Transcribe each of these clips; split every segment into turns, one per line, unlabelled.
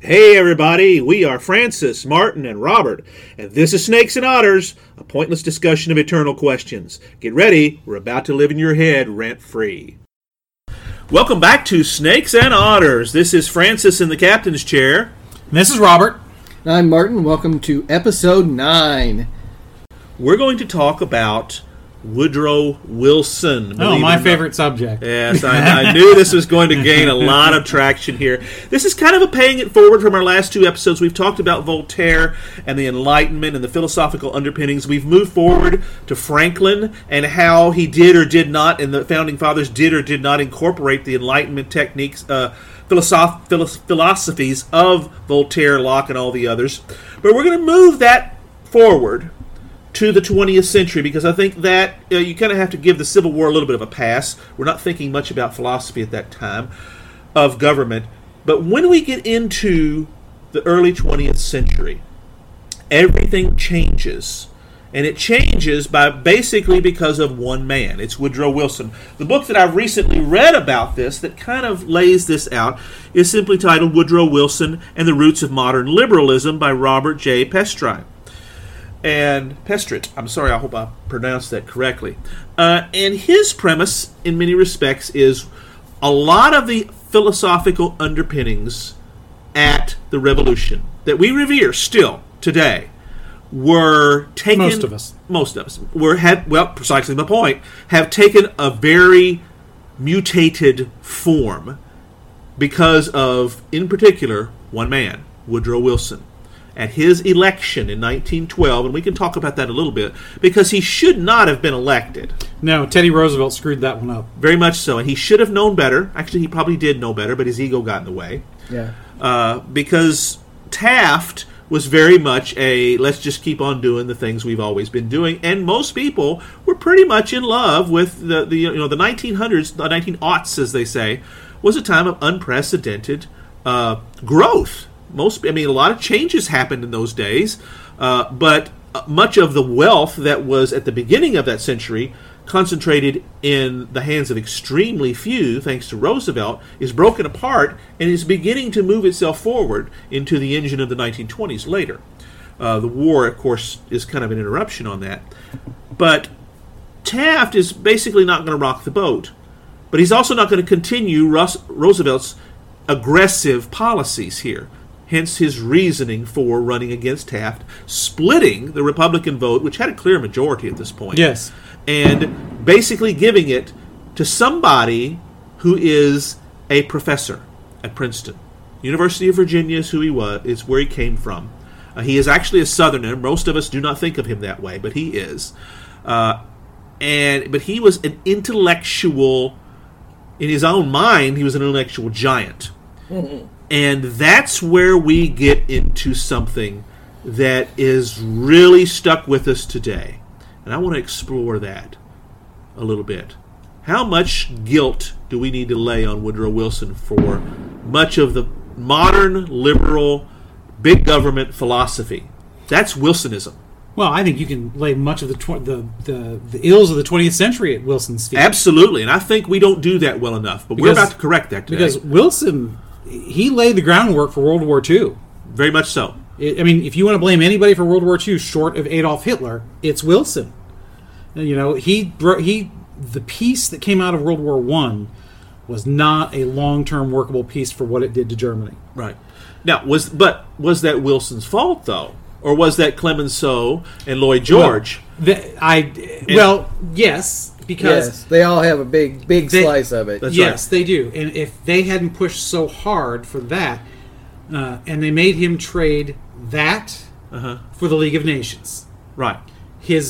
Hey, everybody, we are Francis, Martin, and Robert, and this is Snakes and Otters, a pointless discussion of eternal questions. Get ready, we're about to live in your head rent free. Welcome back to Snakes and Otters. This is Francis in the captain's chair.
This is Robert.
And I'm Martin. Welcome to episode nine.
We're going to talk about Woodrow Wilson.
Oh,
believe it
my
or not.
favorite subject.
Yes, I, I knew this was going to gain a lot of traction here. This is kind of a paying it forward from our last two episodes. We've talked about Voltaire and the Enlightenment and the philosophical underpinnings. We've moved forward to Franklin and how he did or did not, and the founding fathers did or did not incorporate the Enlightenment techniques. Uh, Philosoph- philos- philosophies of Voltaire, Locke, and all the others. But we're going to move that forward to the 20th century because I think that uh, you kind of have to give the Civil War a little bit of a pass. We're not thinking much about philosophy at that time of government. But when we get into the early 20th century, everything changes. And it changes by basically because of one man. It's Woodrow Wilson. The book that I've recently read about this that kind of lays this out is simply titled Woodrow Wilson and the Roots of Modern Liberalism by Robert J. Pestry and Pestrit. I'm sorry, I hope I pronounced that correctly. Uh, and his premise, in many respects, is a lot of the philosophical underpinnings at the revolution that we revere still today were taken
Most of us.
most of us were had well precisely my point have taken a very mutated form because of, in particular, one man, Woodrow Wilson, at his election in 1912, and we can talk about that a little bit, because he should not have been elected.
No, Teddy Roosevelt screwed that one up.
Very much so, and he should have known better. Actually, he probably did know better, but his ego got in the way.
Yeah.
Uh, because Taft was very much a let's just keep on doing the things we've always been doing, and most people were pretty much in love with the, the you know the 1900s, the 19 aughts as they say, was a time of unprecedented uh, growth. Most, I mean, a lot of changes happened in those days, uh, but uh, much of the wealth that was at the beginning of that century concentrated in the hands of extremely few, thanks to Roosevelt, is broken apart and is beginning to move itself forward into the engine of the 1920s later. Uh, the war, of course, is kind of an interruption on that. But Taft is basically not going to rock the boat, but he's also not going to continue Rus- Roosevelt's aggressive policies here. Hence his reasoning for running against Taft, splitting the Republican vote, which had a clear majority at this point
Yes.
and basically giving it to somebody who is a professor at Princeton. University of Virginia is who he was, is where he came from. Uh, he is actually a Southerner. Most of us do not think of him that way, but he is. Uh, and but he was an intellectual. In his own mind, he was an intellectual giant. And that's where we get into something that is really stuck with us today. And I want to explore that a little bit. How much guilt do we need to lay on Woodrow Wilson for much of the modern liberal big government philosophy? That's Wilsonism.
Well, I think you can lay much of the tw- the, the the ills of the 20th century at Wilson's feet
Absolutely. And I think we don't do that well enough, but we're
Because-
about to correct that today.
because Wilson he laid the groundwork for World War II.
Very much so.
I I mean, if you want to blame anybody for World War II, short of Adolf Hitler, it's Wilson. And, You know, he bro- he the peace that came out of World War One was not a long-term workable peace for what it did to Germany.
Right. Now was but was that Wilson's fault though? Or was that Clemenceau and Lloyd George?
The, I well, yes, because
Yes, they all have a big, big
They-
slice of it.
That's
yes, they do. And if they hadn't pushed so hard for that, uh, and they made him trade that for the League of Nations,
right.
his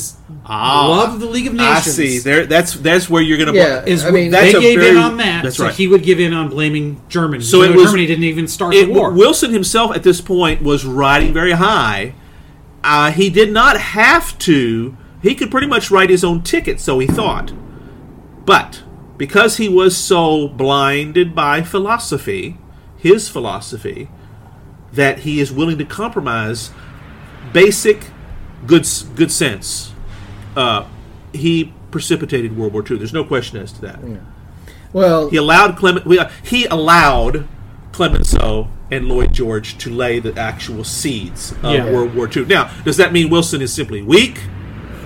Ah,
love of the League of
I
Nations
see. There that's that's where you're gonna
Yeah.
is
I mean,
they
that's a
gave
very-
in on that,
that's
so
right.
he would give in on blaming Germany.
So
So
it was-
Germany didn't even start
it,
the war.
Wilson himself at this point was riding very high. Uh, he did not have to. He could pretty much write his own ticket, so he thought. But because he was so blinded by philosophy, his philosophy, that he is willing to compromise basic good s- good sense, uh, he precipitated World War II. There's no question as to that.
Well,
He allowed Clement. we- He allowed uh, Clemenceau and Lloyd George to lay the actual seeds of
Yeah.
World War II. Now, does that mean Wilson is simply weak,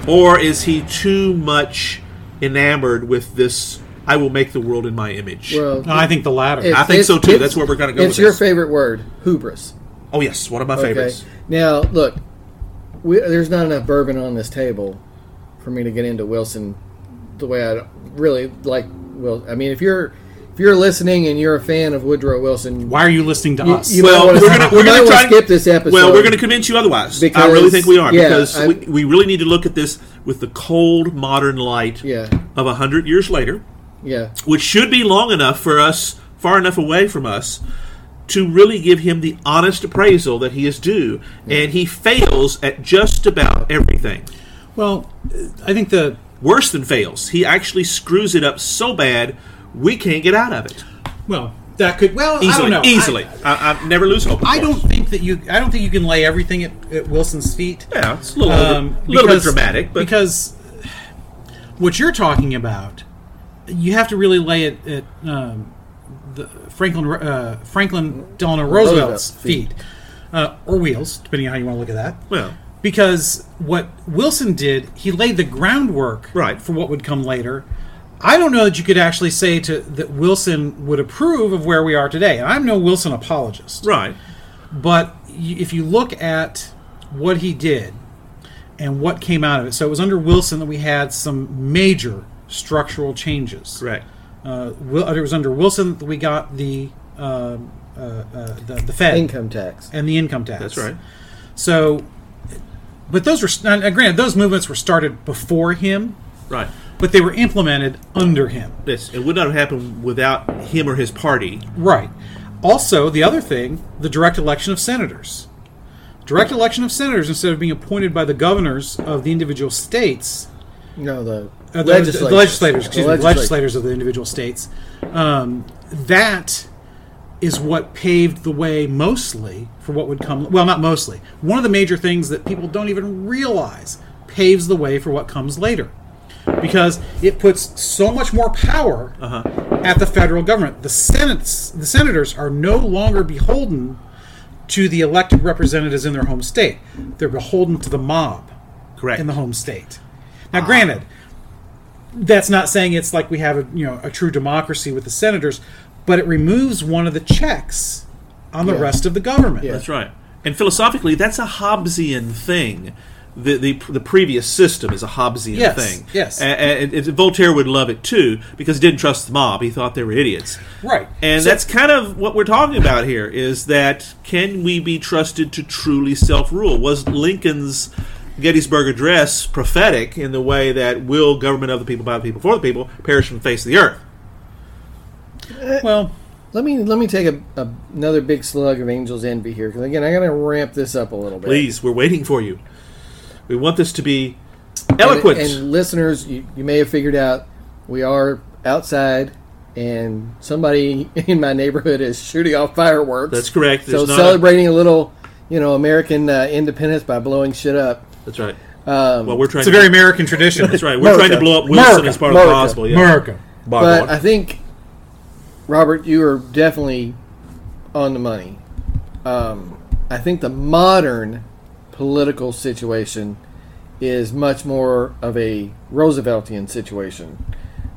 or is he too much enamored with this? I will make the world in my image.
Well,
No, I think the latter.
I think
it's-
so, too.
it's-
That's where we're gonna go
It's
with
your
this.
favorite word, hubris.
oh yes, one of my favorites.
Now, look, we, there's not enough bourbon on this table for me to get into Wilson the way I really like. Will I mean if you're if you're listening and you're a fan of Woodrow Wilson,
Why are you listening to
You-
us?
you might
Well,
wanna-
we're gonna
you
we're
might
gonna
wanna
try and-
skip this episode.
Well, we're gonna convince you otherwise. I
Because-
really think we are
yeah,
because
I-
we, we really need to look at this with the cold modern light
Yeah.
of a hundred years later.
yeah.
which should be long enough for us, far enough away from us, to really give him the honest appraisal that he is due. And he fails at just about everything.
well, uh, I think the
Worse than fails. He actually screws it up so bad, we can't get out of it.
well that could well I
Easily.
don't know I-
Easily. I, I, never lose hope. of
I don't
course.
think that you. I don't think you can lay everything at, at Wilson's feet.
Yeah, it's a little, over- a
Um,
little bit
because-
dramatic, but
because what you're talking about, you have to really lay it at um, the Franklin uh, Franklin Delano Roosevelt's
Roosevelt's
feet, Uh, or wheels, depending on how you want to look at that.
well,
Because what Wilson did, he laid the groundwork
Right.
for what would come later. I don't know that you could actually say to that Wilson would approve of where we are today. And I'm no Wilson apologist.
right.
But y- if you look at what he did and what came out of it, so it was under Wilson that we had some major structural changes.
Correct.
Uh, Wil- it was under Wilson that we got the um uh, uh, the, the Fed
Income tax.
and the income tax.
That's right.
So, but those were now, now granted those movements were started before him,
Right.
but they were implemented under him.
This it would not have happened without him or his party.
Right. Also, the other thing, the direct election of senators. Direct election of senators, instead of being appointed by the governors of the individual states,
No, the,
uh, the-
legislators.
the legislators, excuse
The
me, the
legislators.
legislators of the individual states, um, that is what paved the way mostly for what would come. Well, not mostly. One of the major things that people don't even realize paves the way for what comes later. Because it puts so much more power
Uh-huh.
at the federal government. The senates, the senators are no longer beholden to the elected representatives in their home state. They're beholden to the mob
Correct.
in the home state. Now,
Ah.
granted, that's not saying it's like we have a you know a true democracy with the senators, but it removes one of the checks on the
Yeah.
rest of the government.
Yeah.
That's right. And philosophically, that's a Hobbesian thing. The, the, the previous system is a Hobbesian
Yes,
thing.
yes.
A- a- And, it- Voltaire would love it too because he didn't trust the mob. He thought they were idiots.
Right.
And
So-
that's kind of what we're talking about here is that can we be trusted to truly self rule? Was Lincoln's Gettysburg Address prophetic in the way that will government of the people, by the people, for the people, perish from the face of the earth?
Well,
Let me let me take a, a, another big slug of Angel's Envy here because again I got to ramp this up a little bit.
Please, we're waiting for you. We want this to be
And-
eloquent.
And, listeners, you, you may have figured out we are outside, and somebody in my neighborhood is shooting off fireworks.
That's correct.
So
There's not a-
celebrating a, little, you know, American uh, independence by blowing shit up.
That's right.
Um,
Well, we're trying.
it's a
to
very American tradition.
That's right. We're
America.
trying to blow up Wilson
America.
as part of
America.
Possible. Yeah.
America.
but I think Robert, you are definitely on the money. Um, I think the modern political situation is much more of a Rooseveltian situation.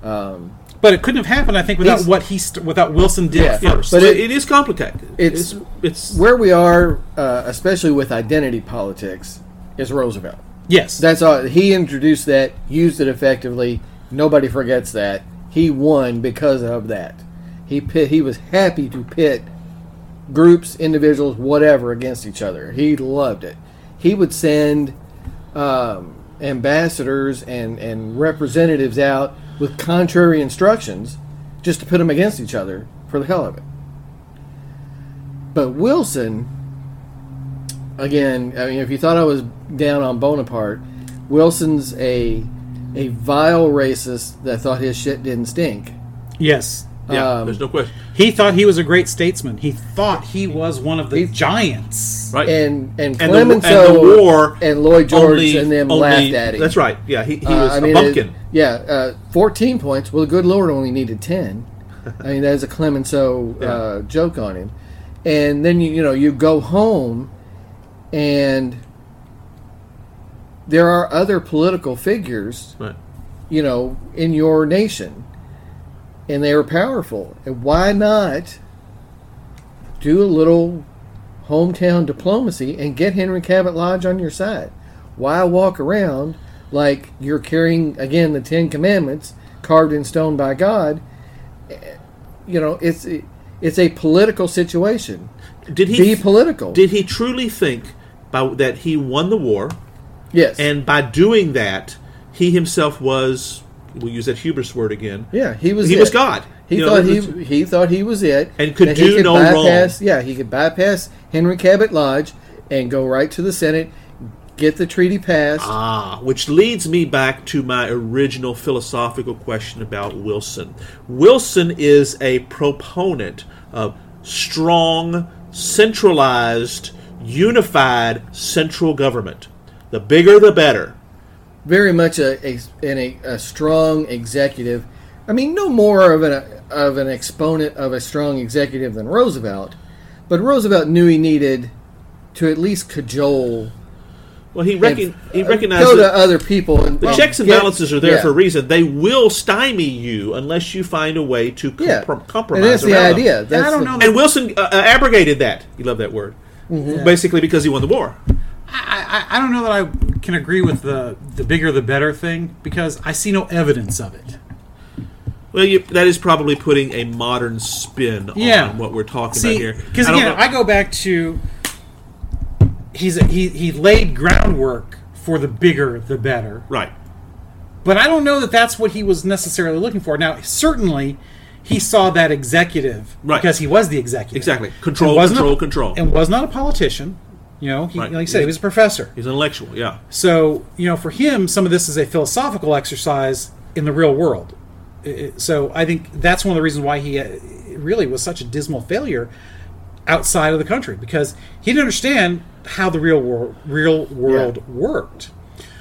Um,
But it couldn't have happened, I think, without
He's-
what he st- without Wilson did
Yeah.
first.
but
But it-
it is complicated.
it's-
it's,
where we are, uh, especially with identity politics, is Roosevelt.
yes.
That's all. He introduced that, used it effectively. Nobody forgets that. He won because of that. He pit, he was happy to pit groups, individuals, whatever against each other. He loved it. He would send um, ambassadors and, and representatives out with contrary instructions just to put them against each other for the hell of it. But Wilson, again, I mean, if you thought I was down on Bonaparte, Wilson's a a vile racist that thought his shit didn't stink.
yes.
yeah.
um,
there's no question.
He thought he was a great statesman. He thought he was one of the giants.
Right.
And and
And the- and
Clemenceau
the war
and Lloyd George
Only-
and them
only-
laughed at him.
That's right. Yeah. He, he
Uh,
was
I
a
mean,
bumpkin.
it- yeah, uh, fourteen points. Well, the good Lord only needed ten. I mean, that is a Clemenceau
Yeah.
uh, joke on him, and then you you know you go home, and there are other political figures
Right.
you know, in your nation. And they were powerful. And why not do a little hometown diplomacy and get Henry Cabot Lodge on your side? Why walk around like you're carrying, again, the Ten Commandments carved in stone by God? Eh, You know, it's, it's a political situation.
Did he
Be political.
did he truly think by, that he won the war
yes.
and by doing that he himself was we'll use that hubris word again.
yeah, he was
He
it.
was God.
He
You know,
thought
that's-
he he thought he was it,
And could
that
do
he could
no
bypass, Yeah, he could bypass Henry Cabot Lodge and go right to the Senate, get the treaty passed.
Ah, which leads me back to my original philosophical question about Wilson. Wilson is a proponent of strong, centralized, unified central government. The bigger, the better.
Very much a a, and a a strong executive. I mean, no more of an of an exponent of a strong executive than Roosevelt, but Roosevelt knew he needed to at least cajole
Well, he,
and
recon- he
uh,
recognized
go to
that
other people. And,
the
well,
checks and
get-
balances are there
yeah.
for a reason. They will stymie you unless you find a way to comprom-
Yeah,
compromise.
and that's the
around them.
idea.
And I
That's
don't
the-
know.
And Wilson uh, uh, abrogated that. You love that word.
Mm-hmm.
Basically, because he won the war.
I, I, I don't know that I can agree with the the bigger the better thing because I see no evidence of it.
Well, you, that is probably putting a modern spin
Yeah.
on what we're talking
See,
about here.
because
I don't know-
again, I go back to he's a, he he laid groundwork for the bigger the better,
right,
but I don't know that that's what he was necessarily looking for. Now, certainly. He saw that executive
Right.
because he was the executive.
Exactly.
And
Control,
wasn't
control,
a,
control.
And was not a politician. You know, he,
Right.
like I said, he was a professor.
he's intellectual. Yeah,
So, you know, for him, some of this is a philosophical exercise in the real world. I- I- So I think that's one of the reasons why he uh, really was such a dismal failure outside of the country because he didn't understand how the real world real world worked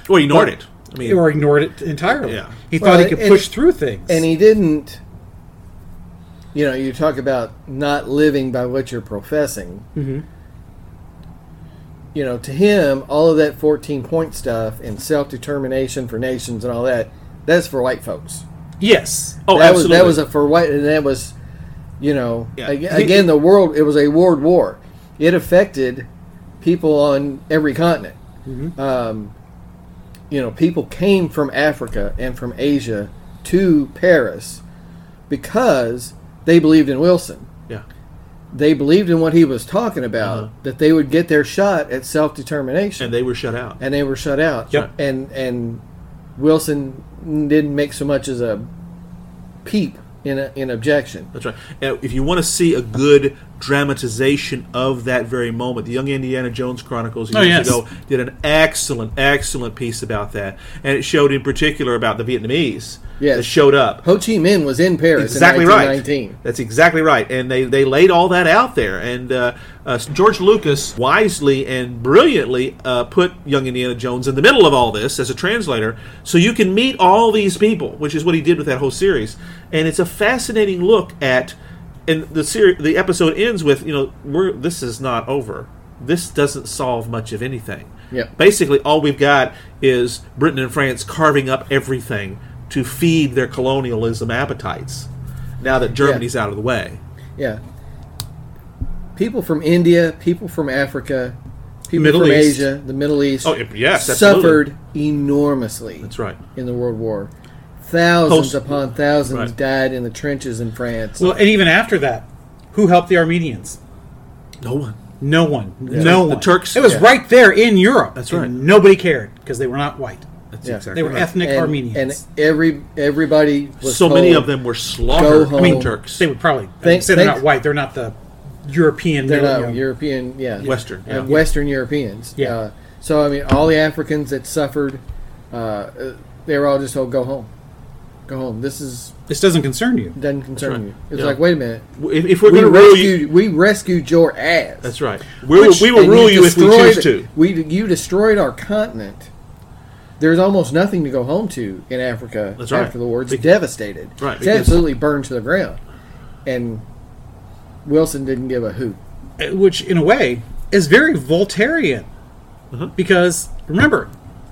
or ignored
But-
it. I mean,
or ignored it entirely.
Yeah.
He
Well,
thought he could
and-
push through things.
and he didn't you know you talk about not living by what you're professing you know to him all of that 14 point stuff and self-determination for nations and all that that's for white folks
yes.
oh,
that
absolutely.
was that was a for white and that was you know
Yeah.
aga-
He-
again the world it was a world war it affected people on every continent um, you know people came from africa and from asia to paris because they believed in wilson
yeah,
they believed in what he was talking about
Mm-hmm.
that they would get their shot at self-determination
and they were shut out.
and they were shut out.
Yep.
And and Wilson didn't make so much as a peep in a, in objection.
That's right. Uh, If you want to see a good dramatization of that very moment, the Young Indiana Jones Chronicles years
Oh, yes.
ago did an excellent, excellent piece about that, and it showed in particular about the Vietnamese
Yes.
that showed up.
Ho Chi Minh was in Paris
exactly
in
right.
1919.
That's exactly right, and they they laid all that out there. And uh, uh, George Lucas wisely and brilliantly uh, put young Indiana Jones in the middle of all this as a translator, so you can meet all these people, which is what he did with that whole series. And it's a fascinating look at. And the ser- the episode ends with you know we're this is not over. This doesn't solve much of anything.
Yep.
Basically, all we've got is Britain and France carving up everything to feed their colonialism appetites. Now that Germany's out of the way,
Yeah. People from India, people from Africa, people
Middle
from
East.
Asia, the Middle East
Oh, yes, absolutely.
suffered enormously
that's right.
in the World War. Thousands
Post-
upon thousands
Right.
died in the trenches in France.
Well, and even after that, who helped the Armenians?
No one.
No one. No
The
one.
Turks-
It was
yeah.
right there in Europe.
That's
and
right.
Nobody cared because they were not white.
That's
Yeah.
exactly
They were
right.
ethnic
and,
Armenians.
and every everybody was
so many
told
of them were slaughtered.
home.
I mean,
They
Turks.
They would probably I
Thank-
say they're
thank-
not white. They're not the European.
They're
middle-
not
you know.
European, yeah,
Western,
uh,
yeah.
Western Europeans.
Yeah.
Uh, so I mean, all the Africans that suffered, uh, uh, they were all just told, "Go home, go home. This is
This doesn't concern you.
doesn't concern
right.
you." It's
Yeah.
like, wait a minute,
if, if we're
we
going to rule you,
rescued, we rescued your ass.
that's right. We will,
Which-
we will
And
rule you if we
destroyed-
choose to.
We you destroyed our continent. There's almost nothing to go home to in Africa
That's right.
after the war. It's
Be-
devastated.
Right,
It's
because-
absolutely burned to the ground. And Wilson didn't give a hoot.
uh, which in a way is very Voltairean,
Mm-hmm.
because remember,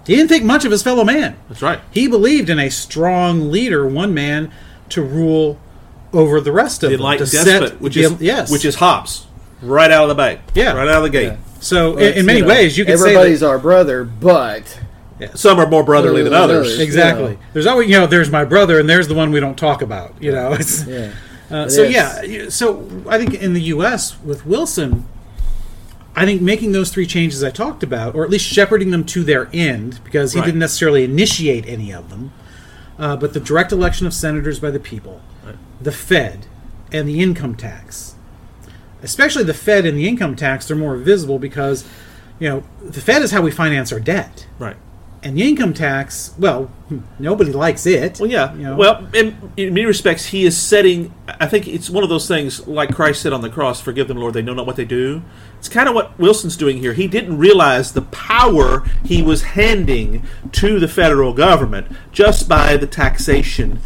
he didn't think much of his fellow man.
That's right.
He believed in a strong leader, one man, to rule over the rest of
The
them.
enlightened
to set
despot, which
the-
is
yes,
which is Hobbes, right out of the bank,
Yeah.
right out of the gate.
so. in- in,
It's,
many
know,
ways, you could say that
everybody's our brother, but
Some are more brotherly than
Other than
others.
others.
Exactly.
Yeah.
There's always, you know, there's my brother, and there's the one we don't talk about. You know, it's
yeah,
uh, so
It is.
yeah. you- So I think in the U.S. with Wilson, I think making those three changes I talked about, or at least shepherding them to their end, because he
Right.
didn't necessarily initiate any of them, uh, but the direct election of senators by the people, the Fed, and the income tax. Especially the Fed and the income tax are more visible because, you know, the Fed is how we finance our debt
Right.
and the income tax well hmm, nobody likes it
Well, yeah.
you know?
Well, in, in many respects, he is setting. I think it's one of those things, like Christ said on the cross, "Forgive them, Lord; they know not what they do." It's kind of what Wilson's doing here. He didn't realize the power he was handing to the federal government just by the taxation,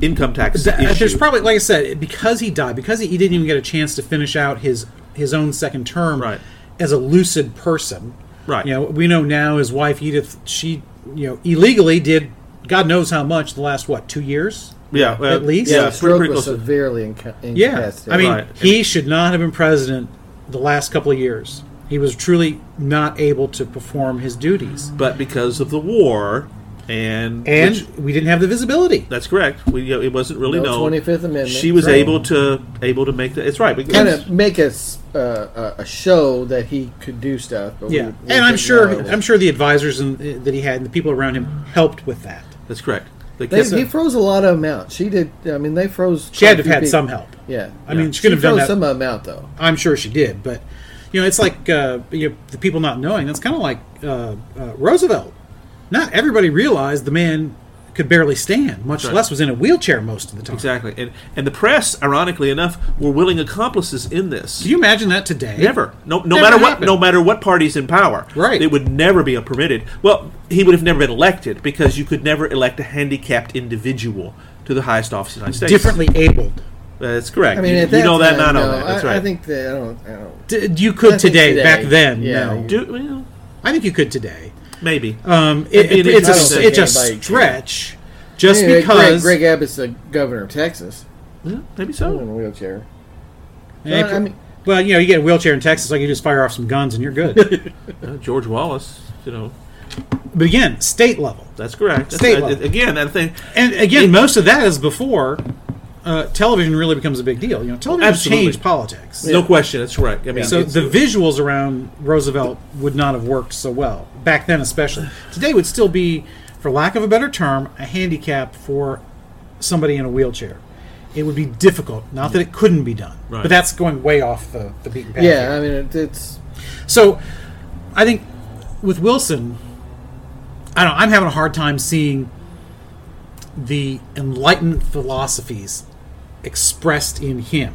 income tax
Th- uh,
issue.
there's probably like i said because he died because he, he didn't even get a chance to finish out his his own second term
Right.
as a lucid person
Right.
you know we know now his wife edith she you know illegally did god knows how much the last what two years
yeah, well,
at least.
Yeah,
Yeah,
the
it's pretty,
stroke
pretty
was
close. to-
severely inca-
yeah
incapacitated.
i mean
Right.
he should not have been president the last couple of years he was truly not able to perform his duties
but because of the war, and
and
which-
we didn't have the visibility
that's correct. We, it wasn't really
No
known.
25th Amendment.
She was
Right.
able to able to make that. It's right. because-
kind of make us uh, a a show that he could do stuff. But
Yeah,
we, we
and I'm
didn't
sure
know.
I'm sure the advisors and, uh, that he had and the people around him helped with that.
That's correct.
They,
kept-
he froze a lot of them out. She did. I mean, they froze.
She had to
quite
have
a
had
few
some
people.
help.
Yeah,
I mean, she
she
could have done
froze
that.
some of them out though.
I'm sure she did, but you know, it's like uh, you know, the people not knowing. That's kind of like uh, uh, Roosevelt. Not everybody realized the man could barely stand, much
right.
less was in a wheelchair most of the time.
Exactly, and and the press, ironically enough, were willing accomplices in this.
Do you imagine that today?
never, no, no
Never
matter what,
happened.
no matter what party's in power,
Right.
It would never be permitted. Well, he would have never been elected because you could never elect a handicapped individual to the highest office in the United States.
Differently abled.
that's correct.
I mean,
you,
at
you know that, not
time, no,
know that. That's
I,
right.
I think that I don't. I don't
D- you
I
could
think
today,
today,
Back then,
yeah.
no.
Do well,
I think you could today.
maybe.
Um, it,
It'd be an
it's
interesting
a,
thing.
it's a
Anybody can.
stretch, just
Anyway,
because.
Greg, Greg Abbott's the governor of Texas.
Yeah, maybe
Oh.
so.
In a wheelchair.
Yeah,
Well, I mean-
well, you know, you get a wheelchair in Texas, like you just fire off some guns and you're good.
Uh, George Wallace, you know,
but again, state level,
that's correct. That's,
State
I-
level.
again, I think
and again, most of that is before uh, television really becomes a big deal. You know, television
Absolutely.
changed politics,
no question. That's correct. I mean,
so
it's-
the visuals around Roosevelt would not have worked so well back then, especially. Today would still be, for lack of a better term, a handicap for somebody in a wheelchair. It would be difficult. Not that it couldn't be done,
Right.
but that's going way off the, the beaten path. here.
Yeah, I mean, it, it's
So, I think with Wilson, I don't. know, I'm having a hard time seeing the enlightened philosophies expressed in him.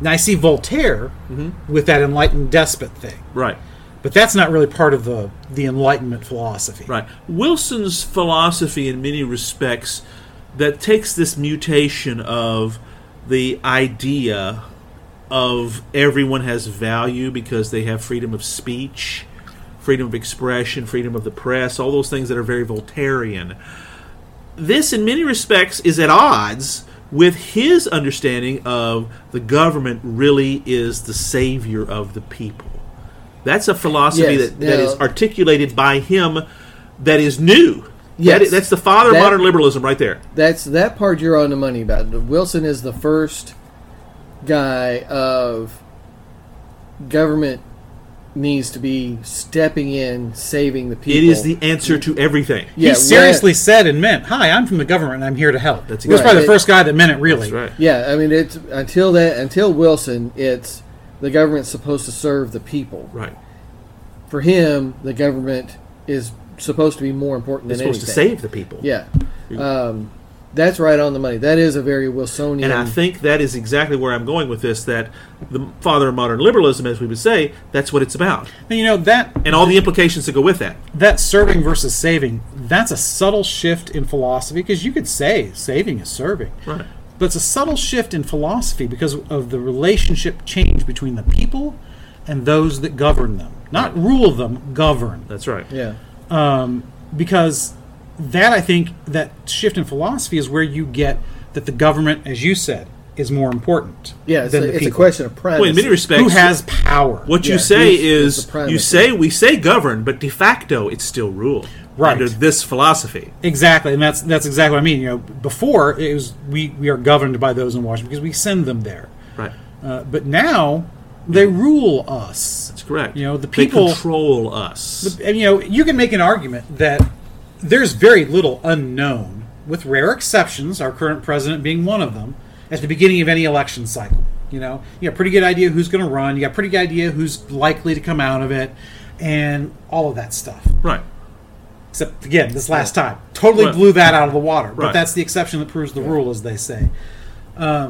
Now I see Voltaire
Mm-hmm.
with that enlightened despot thing,
right.
but that's not really part of the the Enlightenment philosophy.
Right. Wilson's philosophy, in many respects, that takes this mutation of the idea of everyone has value because they have freedom of speech, freedom of expression, freedom of the press, all those things that are very Voltairean. This, in many respects, is at odds with his understanding of the government really is the savior of the people. That's a philosophy
Yes,
that, that
now-
is articulated by him that is new.
Yes.
That is, that's the father of
That-
modern liberalism right there.
that's that part you're on the money about. Wilson is the first guy of government needs to be stepping in, saving the people.
It is the answer to everything.
He
yeah, ra-
seriously said and meant, "Hi, I'm from the government. and I'm here to help."
That's
he was
exactly-
probably the
Right.
first guy that meant it really.
Yeah, I mean, it's until that until Wilson, it's the government's supposed to serve the people.
Right.
For him, the government is supposed to be more important
It's
than
supposed to
anything.
save the people.
Yeah. Um, that's right on the money. That is a very Wilsonian.
And I think that is exactly where I'm going with this that the father of modern liberalism, as we would say, that's what it's about.
And you know that
And all the implications that go with that.
that serving versus saving that's a subtle shift in philosophy because you could say saving is serving
Right.
but it's a subtle shift in philosophy because of the relationship change between the people and those that govern them. Not rule them, govern.
That's right.
Yeah.
because that I think that shift in philosophy is where you get that the government, as you said, is more important.
Yeah, it's,
than
a,
the
it's a
people.
question of primacy.
Well, in many respects,
Who has power?
what you
Yeah,
say
who's- who's
is
the prime
you
minister?
say we say govern, but de facto it's still rule
Right.
under this philosophy.
exactly? And that's that's exactly what I mean. You know, before it was we we are governed by those in Washington because we send them there,
Right.
uh, but now they rule us.
That's correct.
You know, the
They
people-
control us.
And you know, you can make an argument that there's very little unknown, with rare exceptions, our current president being one of them, at the beginning of any election cycle. You know, you got a pretty good idea who's going to run, you got a pretty good idea who's likely to come out of it, and all of that stuff.
right.
Except again, this last time totally
Right.
blew that out of the water. But
Right.
that's the exception that proves the rule, as they say. Um,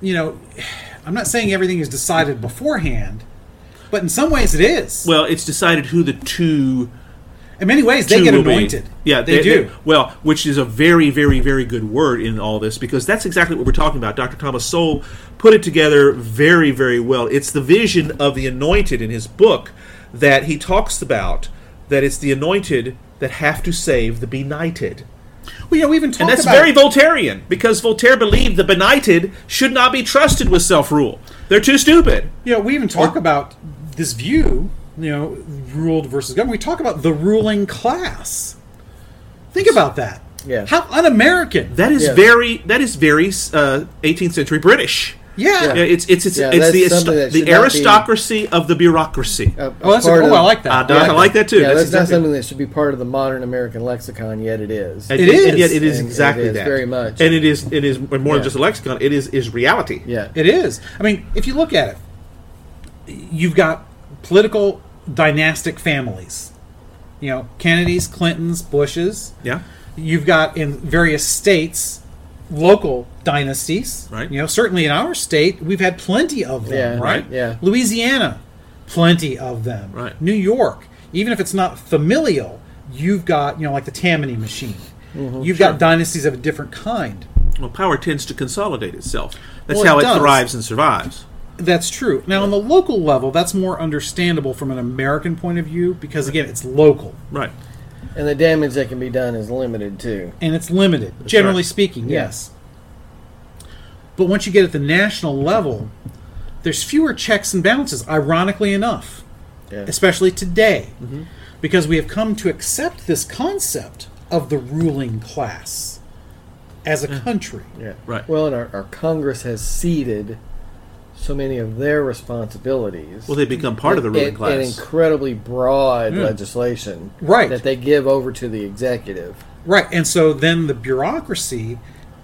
you know, I'm not saying everything is decided beforehand, but in some ways it is.
Well, it's decided who the two
in many ways, they
two
get
will be.
anointed.
Yeah,
they, do.
well, which is a very, very, very good word in all this because that's exactly what we're talking about. Dr. Thomas Sowell put it together very, very well. It's the vision of the anointed in his book that he talks about. That it's the anointed that have to save the benighted.
Well, you know, we even talked
And that's
about
very Voltairean because Voltaire believed the benighted should not be trusted with self rule. They're too stupid.
you know, we even talk about this view, you know, ruled versus government. We talk about the ruling class. Think about that.
Yeah.
How un-American.
That is
Yeah.
very that is very uh, 18th century British.
yeah.
Yeah, it's it's it's,
Yeah,
it's
that's
the
something that
the
should not be-
aristocracy of the bureaucracy.
A- a
Oh, that's a,
part
oh,
of-
I like
Uh,
that.
Doc, I like that too.
Yeah, that's, not
exactly-
something that should be part of the modern American lexicon, yet it is.
and,
It
and- and
is.
yet it is
And it
exactly
is
that
very much.
and it is it is more than
Yeah.
just a lexicon. It is is reality.
yeah.
It is. I mean, if you look at it, you've got political dynastic families. You know, Kennedys, Clintons, Bushes.
yeah.
You've got in various states local dynasties.
Right.
You know, certainly in our state, we've had plenty of them,
Yeah,
right?
yeah.
Louisiana, plenty of them.
Right.
New York, even if it's not familial, you've got, you know, like the Tammany machine.
Mm-hmm.
you've got dynasties of a different kind.
Well, power tends to consolidate itself. That's
Well, it
how it,
does.
thrives and survives.
That's true. Now, on the local level, that's more understandable from an American point of view because, again, it's local
Right.
And the damage that can be done is limited, too.
and it's limited, generally
right.
speaking,
Yeah.
yes. But once you get at the national level, there's fewer checks and balances, ironically enough,
Yeah. Mm-hmm.
especially today, because we have come to accept this concept of the ruling class as a country.
Yeah.
Right.
Well, and our, our Congress has ceded so many of their responsibilities.
Well, they become part of the ruling
and,
class.
And incredibly broad legislation.
Hmm. Right.
That they give over to the executive.
Right, and so then the bureaucracy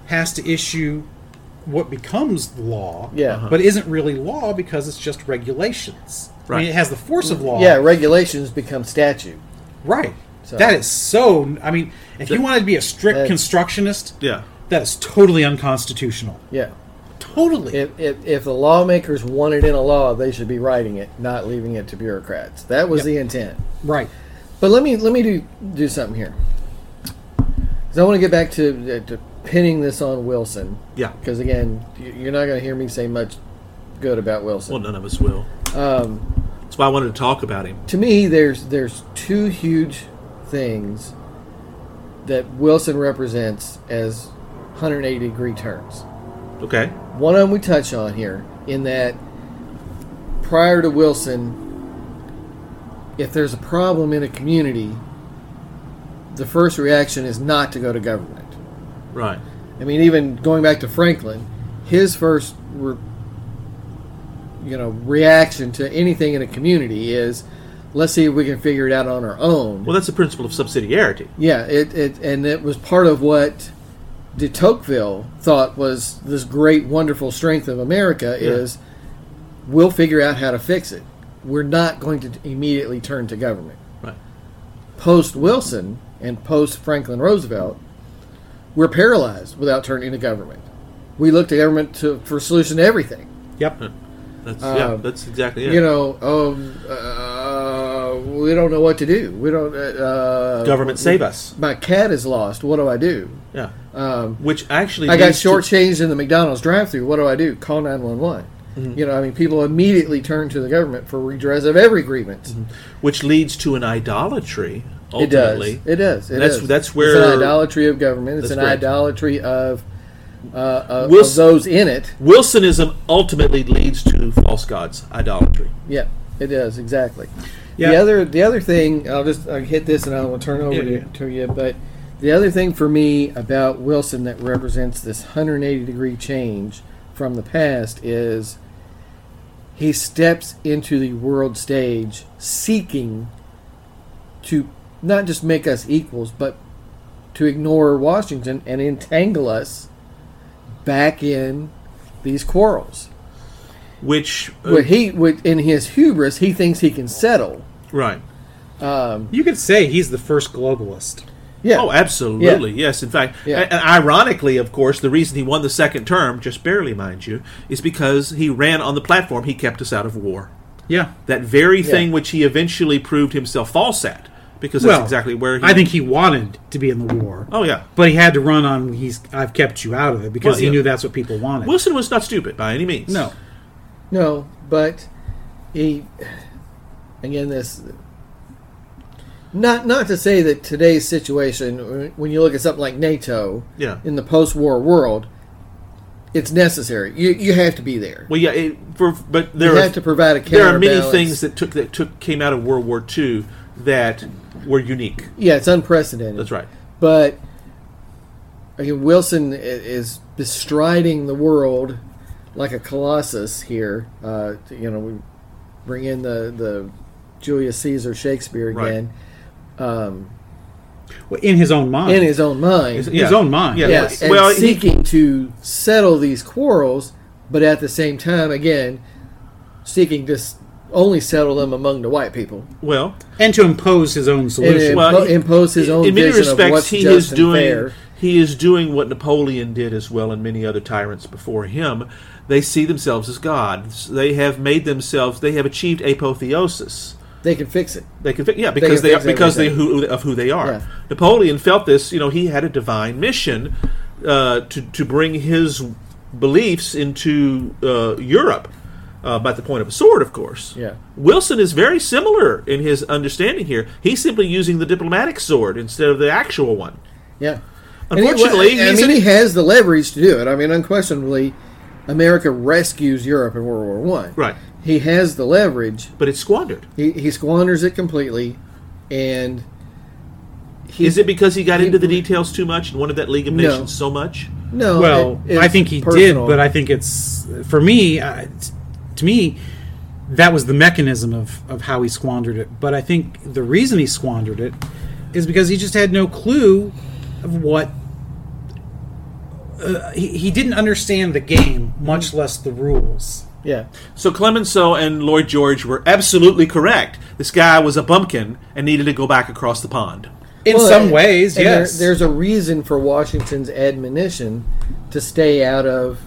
has to issue what becomes law,
Yeah. Uh-huh.
but isn't really law because it's just regulations. I
Right.
mean, it has the force of law.
Mm. Yeah, regulations become statute.
right.
So-
That is so. I mean, if you wanted to be a strict
That's-
constructionist,
Yeah.
that is totally unconstitutional.
Yeah.
Totally.
If, if, if the lawmakers want it in a law, they should be writing it, not leaving it to bureaucrats. That was
Yep.
the intent.
right.
But let me let me do do something here. 'Cause I want to get back to, uh, to pinning this on Wilson.
Yeah.
Because again, you- you're not going to hear me say much good about Wilson.
Well, none of us will.
um,
That's why I wanted to talk about him.
to me there's there's two huge things that Wilson represents as 180 degree turns.
Okay.
One of them we touch on here in that prior to Wilson if there's a problem in a community the first reaction is not to go to government.
Right.
I mean, even going back to Franklin, his first, re- you know, reaction to anything in a community is, let's see if we can figure it out on our own.
Well, that's the principle of subsidiarity.
yeah, it, it and it was part of what de Tocqueville thought was this great, wonderful strength of America is, we'll figure out how to fix it. We're not going to immediately turn to government
Right.
post Wilson and post Franklin Roosevelt, we're paralyzed without turning to government. We look to government to, for solution to everything.
Yep.
That's yeah.
Um,
That's exactly it.
You know, um, uh, we don't know what to do. We don't. Uh,
Government save us.
My cat is lost. What do I do?
Yeah.
Um,
Which actually
I got
leads to-
shortchanged in the McDonald's drive-through. What do I do? Call nine one one.
Mm-hmm.
You know, I mean, people immediately turn to the government for redress of every grievance.
which leads to an idolatry.
It does.
Ultimately,
It does. It
That's-
is.
that's
it's
where-
an idolatry of government. It's
That's
an
correct.
idolatry of, uh, of,
We'll
of
s-
those in it.
Wilsonism ultimately leads to false gods, idolatry.
Yeah, it is exactly.
Yeah.
The other the other thing I'll just I'll hit this and I will turn it over
Yeah,
to,
yeah.
to you. But the other thing for me about Wilson that represents this 180 degree change from the past is he steps into the world stage seeking to not just make us equals, but to ignore Washington and entangle us back in these quarrels.
Which, uh,
Well, he would in his hubris, he thinks he can settle.
right?
Um,
You could say he's the first globalist.
yeah,
Oh, absolutely. Yes. In fact,
Yeah.
and ironically, of course, the reason he won the second term, just barely, mind you, is because he ran on the platform he kept us out of war.
Yeah.
That very
Yeah.
thing which he eventually proved himself false at, because that's exactly where he.
I think he wanted to be in the war.
Oh yeah,
But he had to run on he's I've kept you out of it because
Well,
he
yeah.
knew that's what people wanted.
Wilson was not stupid by any means.
no.
no, but he again this not not to say that today's situation when you look at something like NATO
Yeah.
in the post-war world, it's necessary. You you have to be there.
Well, yeah, it, for but there
You
are
have to provide a
there are many
counterbalance.
things that took that took came out of World War II that were unique.
Yeah, it's unprecedented.
That's right.
But again, Wilson i- is bestriding the world like a colossus here. Uh, you know, we bring in the the Julius Caesar Shakespeare
Right.
again um,
Well, In his own mind.
in his own mind.
Yeah.
His own mind.
Yeah.
yes, and
Well, he-
seeking to settle these quarrels, but at the same time, again, seeking to s- only settle them among the white people
Well,
and to impose his own
and
solution.
Well,
impo-
he-
impose his own
in many
vision of
respects,
what's
he
just
is
and
doing
fair.
he is doing what Napoleon did as well, and many other tyrants before him. They see themselves as gods. They have made themselves. They have achieved apotheosis.
They can fix it.
They can, fi- yeah, because
can
they, are
fix
because they
everything.
who of who they are.
Yeah.
Napoleon felt this. You know, he had a divine mission uh, to to bring his beliefs into uh, Europe uh, by the point of a sword, of course.
Yeah.
Wilson is very similar in his understanding here. He's simply using the diplomatic sword instead of the actual one.
Yeah.
Unfortunately,
and he, I
he's
mean,
an-
he has the leverage to do it. I mean, unquestionably, America rescues Europe in World War One.
Right.
He has the leverage.
But it's squandered.
He, he squanders it completely, and he,
Is it because he got
he-
into the details too much and wanted that League of
No.
Nations so much?
no?
well,
it- it's
I think he
personal.
did, but I think it's for me. Uh, t- to me, that was the mechanism of of how he squandered it. But I think the reason he squandered it is because he just had no clue of what. Uh, he, he didn't understand the game, much less the rules.
yeah,
So Clemenceau and Lloyd George were absolutely correct. This guy was a bumpkin and needed to go back across the pond.
In
Well,
some
and-
ways,
and there-
yes.
there's a reason for Washington's admonition to stay out of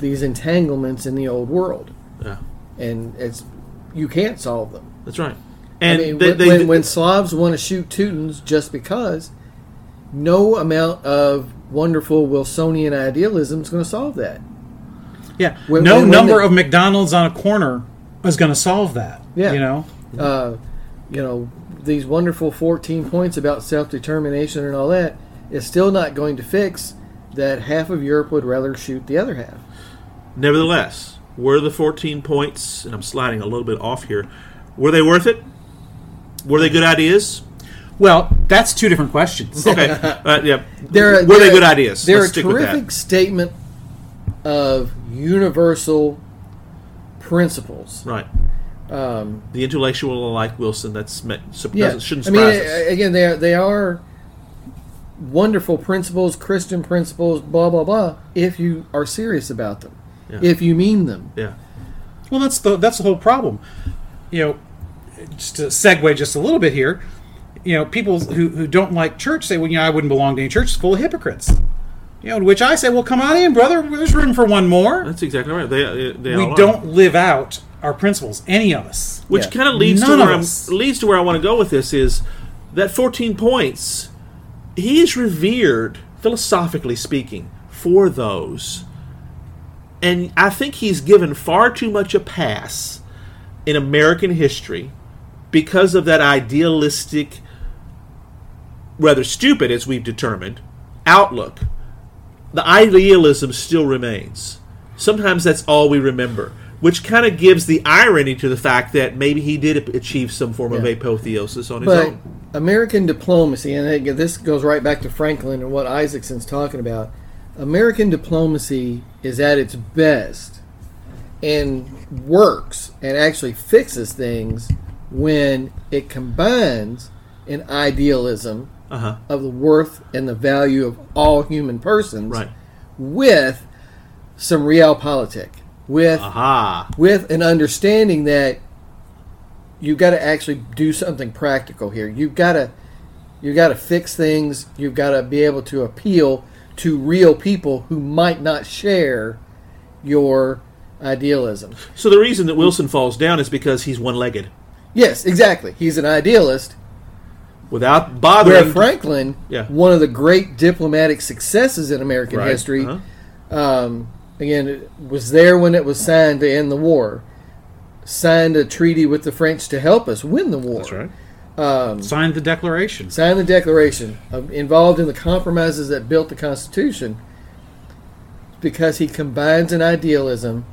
these entanglements in the old world,
Yeah,
and it's you can't solve them.
that's right. And
I mean,
they,
when,
they-
when, when Slavs want to shoot Teutons just because, no amount of wonderful Wilsonian idealism is going to solve that.
yeah,
when-
no
when- when
number
the-
of McDonald's on a corner is going to solve that.
Yeah.
you know.
Mm-hmm.
Uh, you know, these wonderful 14 points about self determination and all that is still not going to fix that half of Europe would rather shoot the other half.
nevertheless, were the 14 points, and I'm sliding a little bit off here, were they worth it? Were they good ideas?
Well, that's two different questions.
Okay. uh, yeah.
They're a-
were they
they're a-
good ideas?
They're
Let's
a
stick with that.
terrific statement of universal principles.
Right.
Um,
The intellectual alike Wilson, that's meant, sup-
yeah.
doesn't- shouldn't
I mean,
surprise us.
a- again, they are, they are wonderful principles, Christian principles, blah blah blah. If you are serious about them,
Yeah.
if you mean them,
yeah.
Well, that's the that's the whole problem. You know, just to segue just a little bit here. You know, people who, who don't like church say, "Well, you know, I wouldn't belong to any church. It's full of hypocrites." You know, to which I say, "Well, come on in, brother. There's room for one more."
That's exactly right. They, uh, they all
We
are.
don't live out our principles, any of us.
which
Yeah.
kind of leads
None
to
of
where I'm,
us.
leads to where I want to go with this is that 14 points he is revered philosophically speaking for those and I think he's given far too much a pass in American history because of that idealistic, rather stupid, as we've determined, outlook. The idealism still remains. Sometimes that's all we remember, which kind of gives the irony to the fact that maybe he did achieve some form of
Yeah.
apotheosis on his
But
own.
American diplomacy, and it- this goes right back to Franklin and what Isaacson's talking about. American diplomacy is at its best and works and actually fixes things when it combines an idealism
Uh huh.
of the worth and the value of all human persons
Right.
with some realpolitik, with
Ah. Aha.
with an understanding that you've got to actually do something practical here. You've got to you've got to fix things. You've got to be able to appeal to real people who might not share your idealism.
So the reason that Wilson falls down is because he's one-legged.
Yes, exactly. He's an idealist.
Without
Where
bothering,
Franklin,
Yeah.
one of the great diplomatic successes in American
Right,
history,
uh-huh.
um, again it was there when it was signed to end the war, signed a treaty with the French to help us win the war.
That's right.
Signed the Declaration.
um, signed the Declaration, uh, involved in the compromises that built the Constitution, because he combines an idealism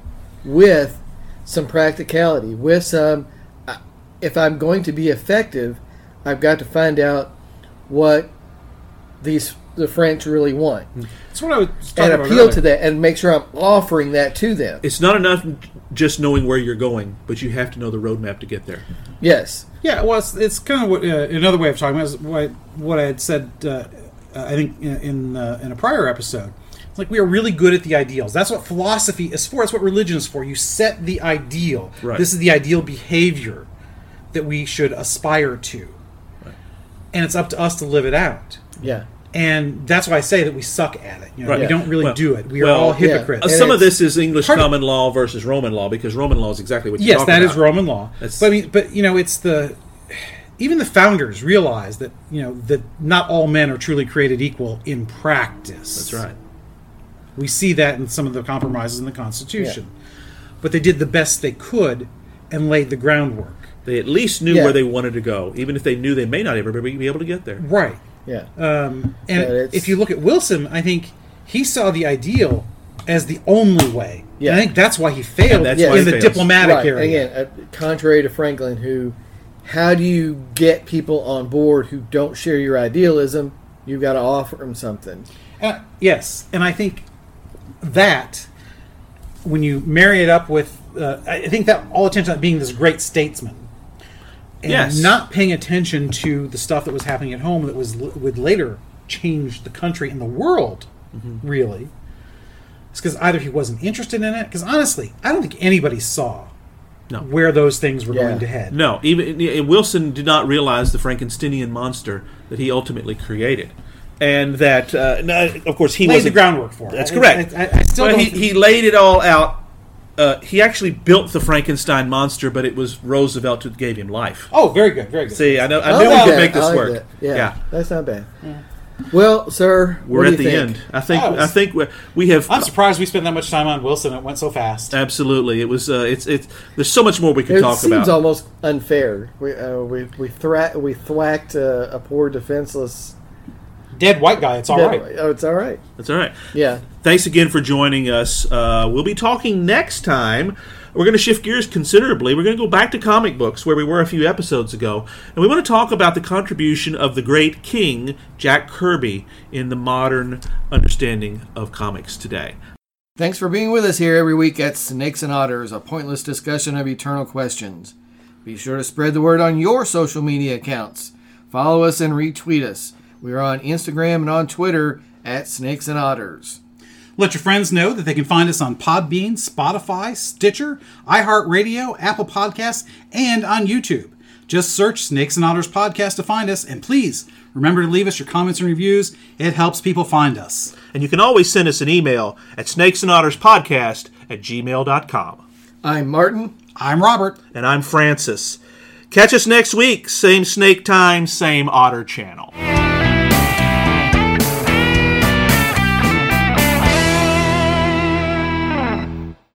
with some practicality, with some. I- If I'm going to be effective, I've got to find out what these the French really want
That's what I was Hmm. talking
and
about
appeal
earlier.
to that, and make sure I'm offering that to them.
It's not enough just knowing where you're going, but you have to know the roadmap to get there.
Yes,
Yeah, well, it's, it's kind of what, uh, another way of talking about it is what, I- what I had said. Uh, I think in in, uh, in a prior episode, it's like we are really good at the ideals. That's what philosophy is for. That's what religion is for. You set the ideal.
Right.
This is the ideal behavior that we should aspire to, and it's up to us to live it out.
yeah,
And that's why I say that we suck at it. You know,
Right.
we don't really
Well-
do it. We
well,
are all
yeah.
hypocrites.
Uh,
And
some of
it's-
this is English
Part of-
common law versus Roman law because Roman law is exactly what you're
yes,
talking
that is
about.
Roman law.
That's-
But I mean, but you know, it's the even the founders realized that you know that not all men are truly created equal in practice.
That's right.
We see that in some of the compromises in the Constitution, but they did the best they could and laid the groundwork.
They at least knew
Yeah.
where they wanted to go, even if they knew they may not ever be be able to get there.
Right.
yeah.
Um,
But
and
it's-
if you look at Wilson, I think he saw the ideal as the only way.
Yeah.
And I think that's why he failed
that's
in
why he
the
fails.
diplomatic
right.
area.
And Again, uh, contrary to Franklin, who, how do you get people on board who don't share your idealism? You've got to offer them something.
Uh, yes, and I think that when you marry it up with, uh, I I think that all attention on being this great statesman, and
Yes.
not paying attention to the stuff that was happening at home that was would later change the country and the world,
Mm-hmm.
really. It's because either he wasn't interested in it. Because honestly, I don't think anybody saw
No.
where those things were
Yeah.
going to head.
No, even and Wilson did not realize the Frankensteinian monster that he ultimately created, and that uh, no, of course he
Laid
was
the groundwork for it.
That's
I-
correct.
I, I- I still
But
don't
he,
think-
he laid it all out. Uh, he actually built the Frankenstein monster, but it was Roosevelt who gave him life.
Oh, very good, very good.
See, I know I
Oh,
I
knew
like
we could
that.
make this
I like
work.
that. Yeah, that's not bad. Well, sir,
we're
what do
at the
you think?
end. I think
Oh, it's-
I think we we have
I'm surprised we spent that much time on Wilson. It went so fast.
absolutely. It was uh, it's it's there's so much more we could
It
talk
seems
about.
almost unfair. We uh, we we, thra- we thwacked uh, a poor defenseless.
Dead white guy. It's all right.
Oh, it's all right.
That's all right.
Yeah.
Thanks again for joining us. Uh, we'll be talking next time. We're going to shift gears considerably. We're going to go back to comic books where we were a few episodes ago, and we want to talk about the contribution of the great king Jack Kirby in the modern understanding of comics today.
Thanks for being with us here every week at Snakes and Otters, a pointless discussion of eternal questions. Be sure to spread the word on your social media accounts. Follow us and retweet us. We are on Instagram and on Twitter at Snakes and Otters.
Let your friends know that they can find us on Podbean, Spotify, Stitcher, iHeartRadio, Apple Podcasts, and on YouTube. Just search Snakes and Otters Podcast to find us, and please remember to leave us your comments and reviews. It helps people find us.
And you can always send us an email at snakesandotterspodcast at gmail.com.
I'm Martin.
I'm Robert.
And I'm Francis. Catch us next week, same snake time, same otter channel.